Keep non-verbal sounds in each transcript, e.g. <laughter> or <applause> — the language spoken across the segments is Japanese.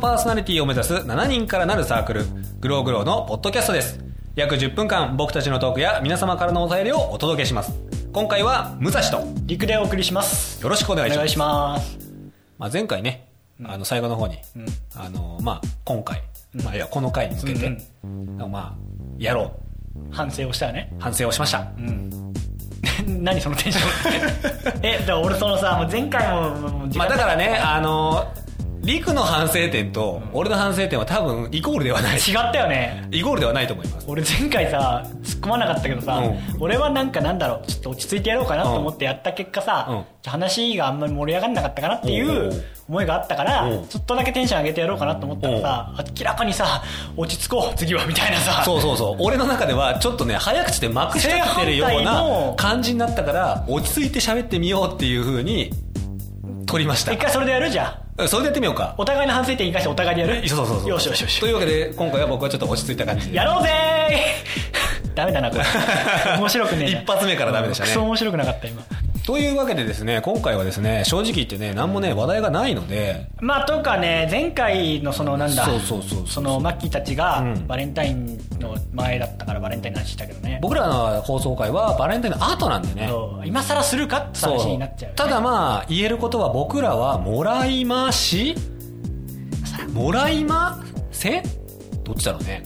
パーソナリティを目指す7人からなるサークル、グローグローのポッドキャストです。約10分間僕たちのトークや皆様からのお便りをお届けします。今回は武蔵とよ陸でお送りしますろしくお願おいし願まいす。しますまあ、前回ね、あの最後の方に、んあの、まあ、今回、まあ、いや、この回につけて、まあ、やろう。反省をしたよね反省をしました。うん <laughs> 何そのテンション <laughs> えだから俺そのさもう前回ももう時ま間あ、だからね、あの、リクの反省点と、俺の反省点は多分、イコールではない。違ったよねイコールではないと思います。俺前回さ突っ込まなかったけどさ、う俺はなんかなんだろうちょっと落ち着いてやろうかなと思ってやった結果うんさ、話があんまり盛り上がんなかったかなっていおうおうう思いがあったから、うんちょっとだけテンション上げてやろうかなと思ったらさ、明らかにさ落ち着こう次はみたいなさ <laughs> そうそうそう。俺の中では、ちょっとね、早口でまくしちゃってるよう正反対なの感じになったから、落ち着いて喋ってみようっていう風に、撮りました一。回それでやるじゃんそれでやってみようか。お互いの反省点生かしてお互いでやるそうそうそう。よしよしよしというわけで、今回は僕はちょっと落ち着いた感じで。やろうぜー <laughs> ダメだ <laughs> なこれ面白くねえな一発目からダメでしたねクソ面白くなかった今というわけでですね、今回はですね、正直言ってね、何もね、話題がないので、まあとかね前回のそのなんだそうそうそうそうそのマッキーたちがうんバレンタインの前だったからバレンタインの話したけどね僕らの放送回はバレンタインの後なんでね。そう今更するかって話になっちゃうよねただまあ言えることは僕らはもらいましもらいませどっちだろうね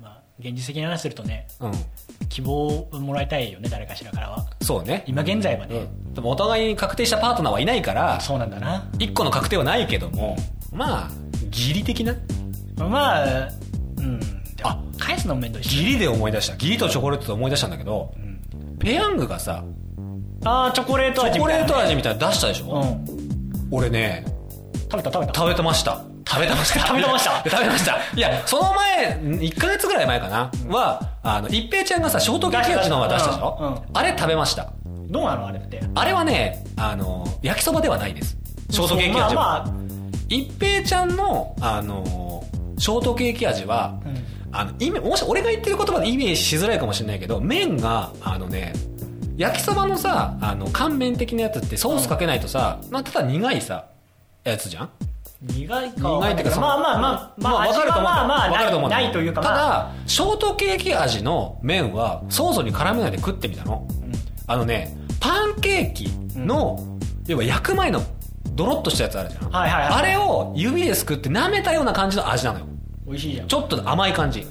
まあ現実的な話するとねうん希望をもらいたいよね誰かしらからはそうね今現在はうねんでもお互いに確定したパートナーはいないからそうなんだな一個の確定はないけどもまあ義理的なまあうんでもあ返すのも面倒いし義理で思い出した義理とチョコレートと思い出したんだけど、ペヤングがさああチョコレートチ味ョコみレたーいなねト味みたいなの出したでしょ、うん俺ね食べた食べた食べてました食べてました食べてました <laughs> 食べてましたいやその前1ヶ月ぐらい前かな、はあの一平ちゃんがさショートケーキ味の方が出したでしょ、うんうんあれ食べましたどうなのあれってあれはねあの焼きそばではないですショートケーキ味は、まあまあ一平ちゃんのあのショートケーキ味は、うんあのイメもし俺が言ってる言葉でイメージしづらいかもしれないけど麺があのね焼きそばのさあの乾麺的なやつってソースかけないとさ、まあ、ただ苦いさやつじゃん苦いかは苦いっていうかそのまあまあまあまあ、わかると思うまあまあわかると思うないないというかたまあだショートケーキ味の麺はソースに絡めないで食ってみたのあのねパンケーキの、要は焼く前のドロッとしたやつあるじゃん、はいはいはいあれを指ですくって舐めたような感じの味なのよ美味しいじゃちょっと甘い感じ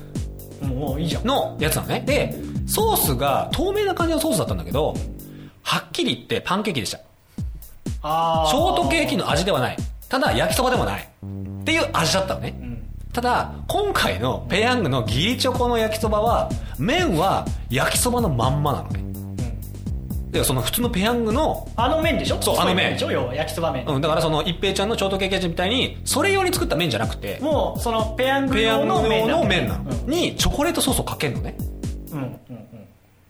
んもういいじゃんのやつなのねでソースが透明な感じのソースだったんだけどはっきり言ってパンケーキでしたあショートケーキの味ではないただ焼きそばでもないっていう味だったのね、んただ今回のペヤングのギリチョコの焼きそばは麺は焼きそばのまんまなのね、でその普通のペヤングのあの麺でしょそうあの麺でしょ要は焼きそば麺、うん、だからその一平ちゃんのショートケーキ味みたいにそれ用に作った麺じゃなくてもうそのペヤングペヤ用ンのグ麺用だの麺なの、にチョコレートソースをかけるのねうんうんうん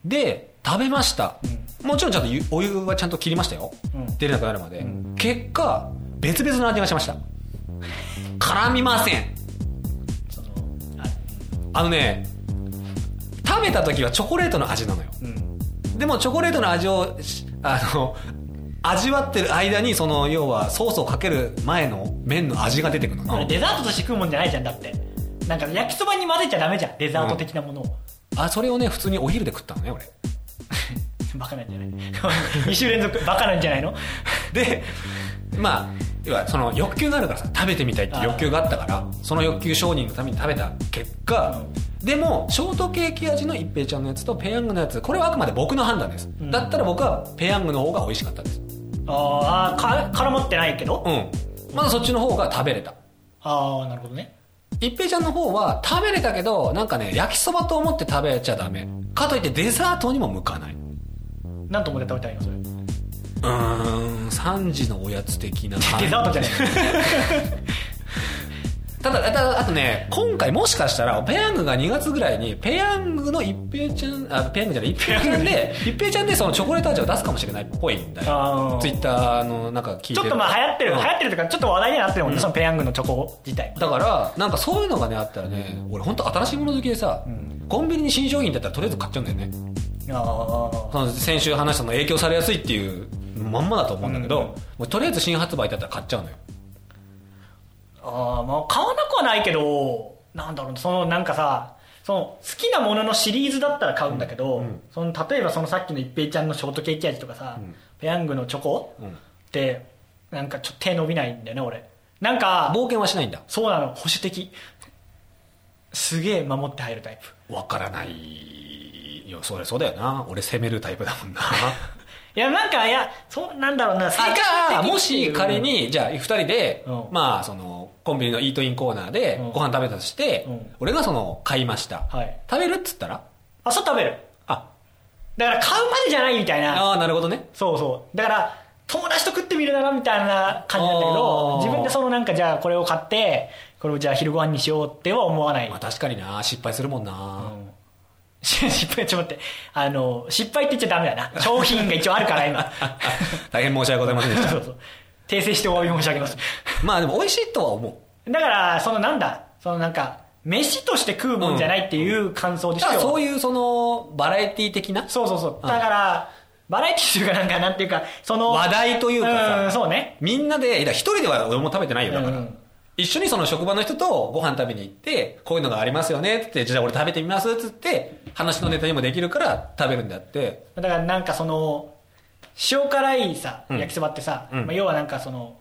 で食べました、もちろんちゃんとゆお湯はちゃんと切りましたよ、うん出れなくなるまで、結果別々の味がしました絡みませんそのああのね食べた時はチョコレートの味なのようんでもチョコレートの味をしあの味わってる間にその要はソースをかける前の麺の味が出てくるのこれなデザートとして食うもんじゃないじゃんだってなんか焼きそばに混ぜちゃダメじゃんデザート的なものを、あそれをね普通にお昼で食ったのね俺バカなんじゃない <laughs> 二週連続バカなんじゃないのでまあ要はその欲求があるからさ食べてみたいって欲求があったからその欲求承認のために食べた結果、でもショートケーキ味の一平ちゃんのやつとペヤングのやつこれはあくまで僕の判断です、んだったら僕はペヤングの方が美味しかったですあーあーか絡まってないけど、うんまだそっちの方が食べれたああなるほどね一平ちゃんの方は食べれたけどなんかね焼きそばと思って食べちゃダメかといってデザートにも向かないうなんと思って食べたらいいのそれーん3時のおやつ的な感デザートじゃない <laughs> ただただあとね今回もしかしたらペヤングが2月ぐらいにペヤングの一平ちゃんあペヤングじゃない一平ちゃんで <laughs> 一平ちゃんでそのチョコレート味を出すかもしれないっぽいんだよあーツイッターのなんか聞いてるちょっとまあ流行ってる、うん流行ってるというかちょっと話題にはなってるもんね、そのペヤングのチョコ自体だからなんかそういうのがねあったらね俺本当新しいもの好きでさ、コンビニに新商品だったらとりあえず買っちゃうんだよねああその先週話したの影響されやすいっていうまんまだと思うんだけど、うんもうとりあえず新発売だったら買っちゃうのよああまあ買わなくはないけどなんだろうそのなんかさその好きなもののシリーズだったら買うんだけど、うんうんその例えばそのさっきの一平ちゃんのショートケーキ味とかさ、うんペヤングのチョコうんってなんかちょっと手伸びないんだよね俺なんか冒険はしないんだそうなの保守的すげえ守って入るタイプわからないよそれそうだよな俺攻めるタイプだもん <laughs> ないやなんかいやそうなんだろうな性格あ的かっていうもし仮にじゃあ2人で、うんまあそのコンビニのイートインコーナーでうんご飯食べたとして、うん俺がその買いました、はい食べるっつったらあそう食べるあだから買うまでじゃないみたいなああなるほどねそうそうだから友達と食ってみるならみたいな感じなんだけどあー自分でそのなんかじゃあこれを買ってこれをじゃあ昼ご飯にしようっては思わない、 <laughs> まあ確かにな失敗するもんな、うん失敗ちょっと待ってあの失敗って言っちゃダメだな商品が一応あるから今 <laughs> 大変申し訳ございませんでしそうそう訂正してお詫び申し上げますたまあでも美味しいとは思うだからそのなんだそのなんか飯として食うもんじゃないっていう感想でしじゃあょ、そういうそのバラエティ的なそうそうそううんだからバラエティーというかなんかなんていうかその話題というかさうんそうねみんなでいや一人では俺も食べてないよだから、うん一緒にその職場の人とご飯食べに行ってこういうのがありますよねってってじゃあ俺食べてみますっつって話のネタにもできるから食べるんだってだからなんかその塩辛いさうん焼きそばってさ、うんまあ、要はなんかその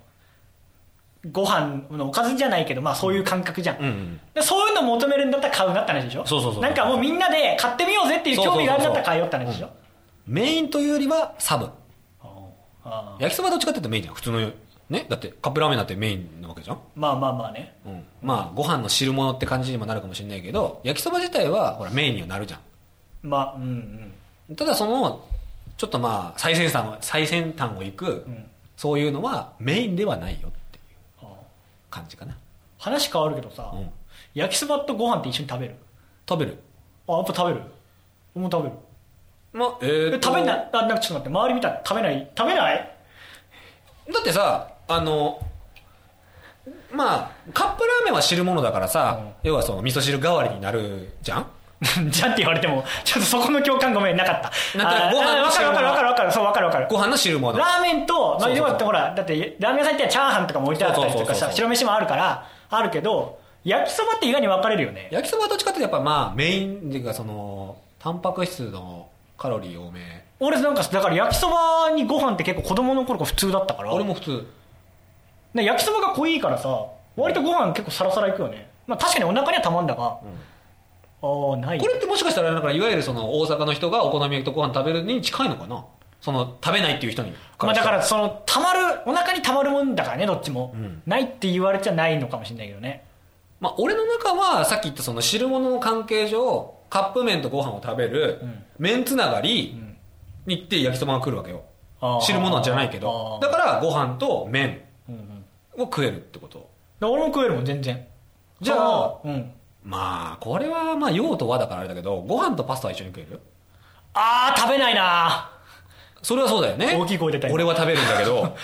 ご飯のおかずじゃないけど、まあ、そういう感覚じゃん、うんうんでそういうの求めるんだったら買うなって話でしょそうそうそうなんかもうみんなで買ってみようぜっていう興味があるんだったら買うよって話でしょメインというよりはサブああ焼きそばどっちかって言ったらメインじゃん普通のよねだってカップラーメンだってメインなわけじゃんまあまあまあねうん、まあご飯の汁物って感じにもなるかもしれないけど焼きそば自体はほらメインにはなるじゃまあうんうんんただそのちょっとまあ最先端を最先端を行く、うんそういうのはメインではないよっていうああ感じかな、話変わるけどさ、うん、焼きそばとご飯って一緒に食べる食べるあやっぱ食べる俺もう食べるまええーと食べないあなんかちょっと待って周り見たら食べない食べない <laughs> だってさあのまあカップラーメンは汁物だからさ、要はその味噌汁代わりになるじゃんじゃんって言われても、ちょっとそこの共感ごめん、なかった。なんかあーご飯あーわかるわかるのわかるわかる、そう、わかるわかる。ご飯の汁物ラーメンと、そうまあ、そうそう要はってほら、だって、ラーメン屋さんってチャーハンとかも置いてあったりとかそうそうそうさ、そう白飯もあるから、あるけど、焼きそばって意外に分かれるよね。焼きそばはどっちかっていうとやっぱまあメインっていうかそのタンパク質のカロリー多め俺なんか、だから焼きそばにご飯って結構子供の頃から普通だったから、俺も普通で焼きそばが濃いからさ、割とご飯結構サラサラいくよね。まあ確かにお腹にはたまんだが、ああ、ない。これってもしかしたらだからいわゆるその大阪の人がお好み焼きとご飯食べるに近いのかなその食べないっていう人にまあだしたからその、たまる、お腹にたまるもんだからね、どっちも。うんないって言われちゃないのかもしれないけどね。まあ俺の中はさっき言ったその汁物の関係上カップ麺とご飯を食べる、うん麺つながりんに行って焼きそばが来るわけよあー汁物じゃないけどあーだからご飯と麺うんうんを食えるってことで俺も食えるもん全然じゃあそのうんまあこれはまあ用と和だからあれだけどご飯とパスタは一緒に食えるあー食べないなそれはそうだよね大きい声出た今俺は食べるんだ <laughs> けど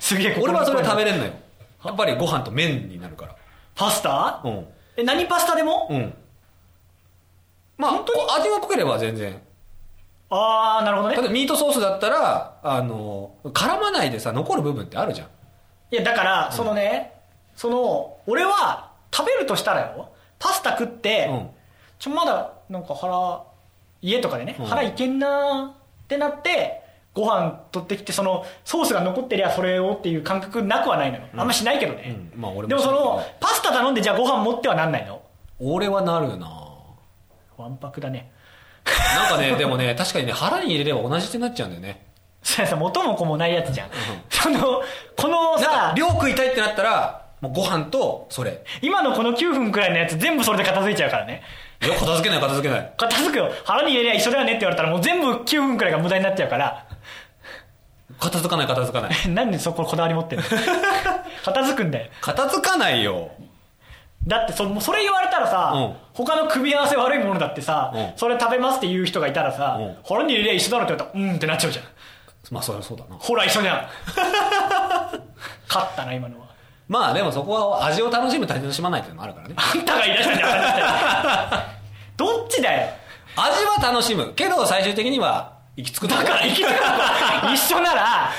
すげえ俺はそれは食べるれんのよやっぱりご飯と麺になるからパスタ、うんえ何パスタでも、うんまあ本当に味が濃ければ全然ああなるほどたねだミートソースだったらあの絡まないでさ残る部分ってあるじゃんいやだから、そのねその俺は食べるとしたらよパスタ食って、うんちょまだなんか腹家とかでね、うん腹いけんなーってなってご飯取ってきてそのソースが残ってりゃそれをっていう感覚なくはないのよ、あんましないけどね、うんまあ俺もでもそしなのいけパスタ頼んでじゃあご飯持ってはなんないの俺はなるなわんぱくだねなんかね <laughs> でもね確かにね腹に入れれば同じってなっちゃうんだよねそれさ元も子もないやつじゃん、そのこのなんかさ量食いたいってなったらもうご飯とそれ今のこの9分くらいのやつ全部それで片付いちゃうからねいや片付けない片付けない片付くよ腹に入れりゃ一緒だよねって言われたらもう全部9分くらいが無駄になっちゃうから <laughs> 片付かない片付かないなんでそここだわり <laughs> 持ってんの片付くんだよ片付かないよだってそもうそれ言われたらさ、うん他の組み合わせ悪いものだってさ、うんそれ食べますって言う人がいたらさ、うん腹に入れりゃ一緒だろって言われたらうんってなっちゃうじゃんまあそりゃそうだなほら一緒じゃん勝ったな今のはまあでもそこは味を楽しむ楽しまないっていうのもあるからねあんたが言い出したんだよ話してどっちだよ味は楽しむけど最終的には行き着くとこだから生 <laughs> きてることが一緒なら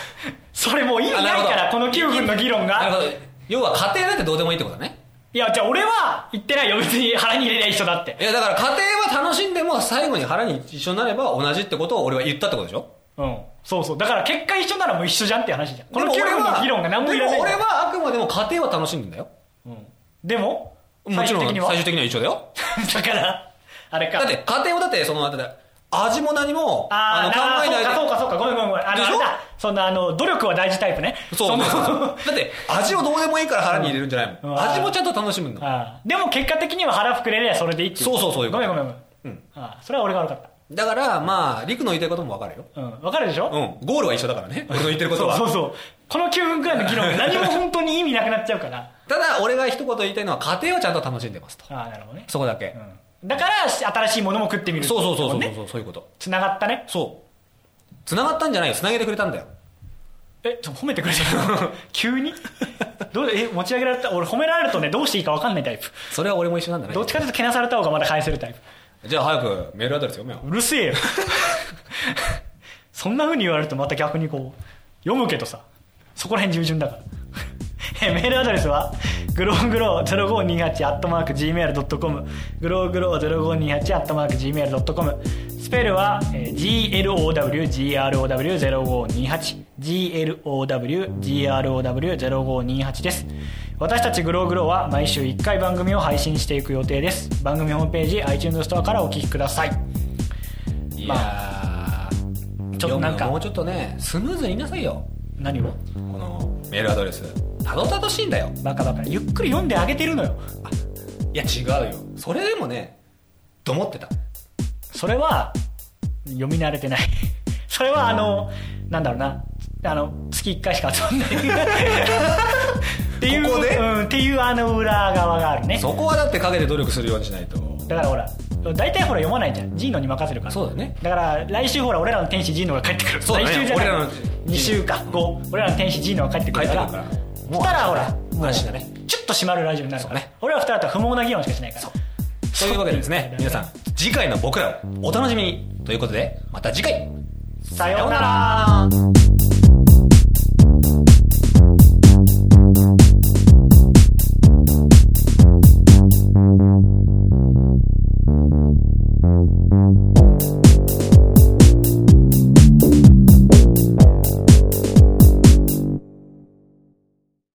それもう意味ないかあなるらほこどの9分の議論なるがほど要は家庭なんてどうでもいいってことだねいやじゃあ俺は言ってないよ別に腹に入れない人だっていやだから家庭は楽しんでも最後に腹に一緒になれば同じってことを俺は言ったってことでしょうんそうそうだから結果一緒ならもう一緒じゃんって話じゃんこので9も俺分はの議論が何もいらなでいも俺はあくまでも家庭は楽しんでんだようんでももちろん最終的には最終的には一緒だよ <laughs> だからあれかだって家庭はだってそのだって味も何もあのあ考えないでそうかそうかそうかごめんごめんごめんあのでしょあれだそんなあの努力は大事タイプねそうの <laughs> そうそうだって味をどうでもいいから腹に入れるんじゃないもうんん味もちゃんと楽しむんだもんああでも結果的には腹膨れりゃそれでいいっていそうそうそういうこごとめんごめんごめん、うんああそれは俺が悪かっだからまあ陸の言いたいこともわかるよたうんわかるでしょ、うんゴールは一緒だからね <laughs> 俺の言ってることそうはそうそうこの9分くらいの議論が何も本当に意味なくなっちゃうからただ俺が一言言いたいのは家庭はちゃんと楽しんでますとああなるほどね、そこだけ、うん、だからし新しいものも食ってみるそうそうそうそうねそうそうそういうことつながったねそう繋がったんじゃないよ繋げてくれたんだよえちょっと褒めてくれた <laughs> 急にどうえ持ち上げられた俺褒められるとねどうしていいか分かんないタイプそれは俺も一緒なんだねどっちかというとけなされた方がまだ返せるタイプじゃあ早くメールアドレス読めようるせえよそんなふうに言われるとまた逆にこう読むけどさそこら辺従順だからえメールアドレスはグローグロー0528 gmail.com グローグロー0528 gmail.com スペルは、えー glowgrow0528 glowgrow0528 です私たちグローグローは毎週1回番組を配信していく予定です番組ホームページ iTunes ストアからお聞きくださいいやーちょっとなんか読むのもうちょっとねスムーズに言いなさいよ何をこのメールアドレスたどたどしいんだよバカバカゆっくり読んであげてるのよいや違うよそれでもねどもってたそれは読み慣れてない <laughs> それはあのなんだろうなあの月1回しか集まんない <laughs> っていうここでうん、っていうあの裏側があるねそこはだって陰で努力するようにしないとだからほら大体ほら読まないじゃんジーノに任せるからそうだねだから来週ほら俺らの天使ジーノが帰ってくるそうだね来週じゃない俺らの2週間後俺らの天使ジーノが帰ってく帰っるてかくらるからそしたらほらもう安心だねちょっと閉まるラジオになるから、そうね俺ら2人だと不毛な議論しかしないからというわけでですね皆さん次回の僕らをお楽しみにということでまた次回さようなら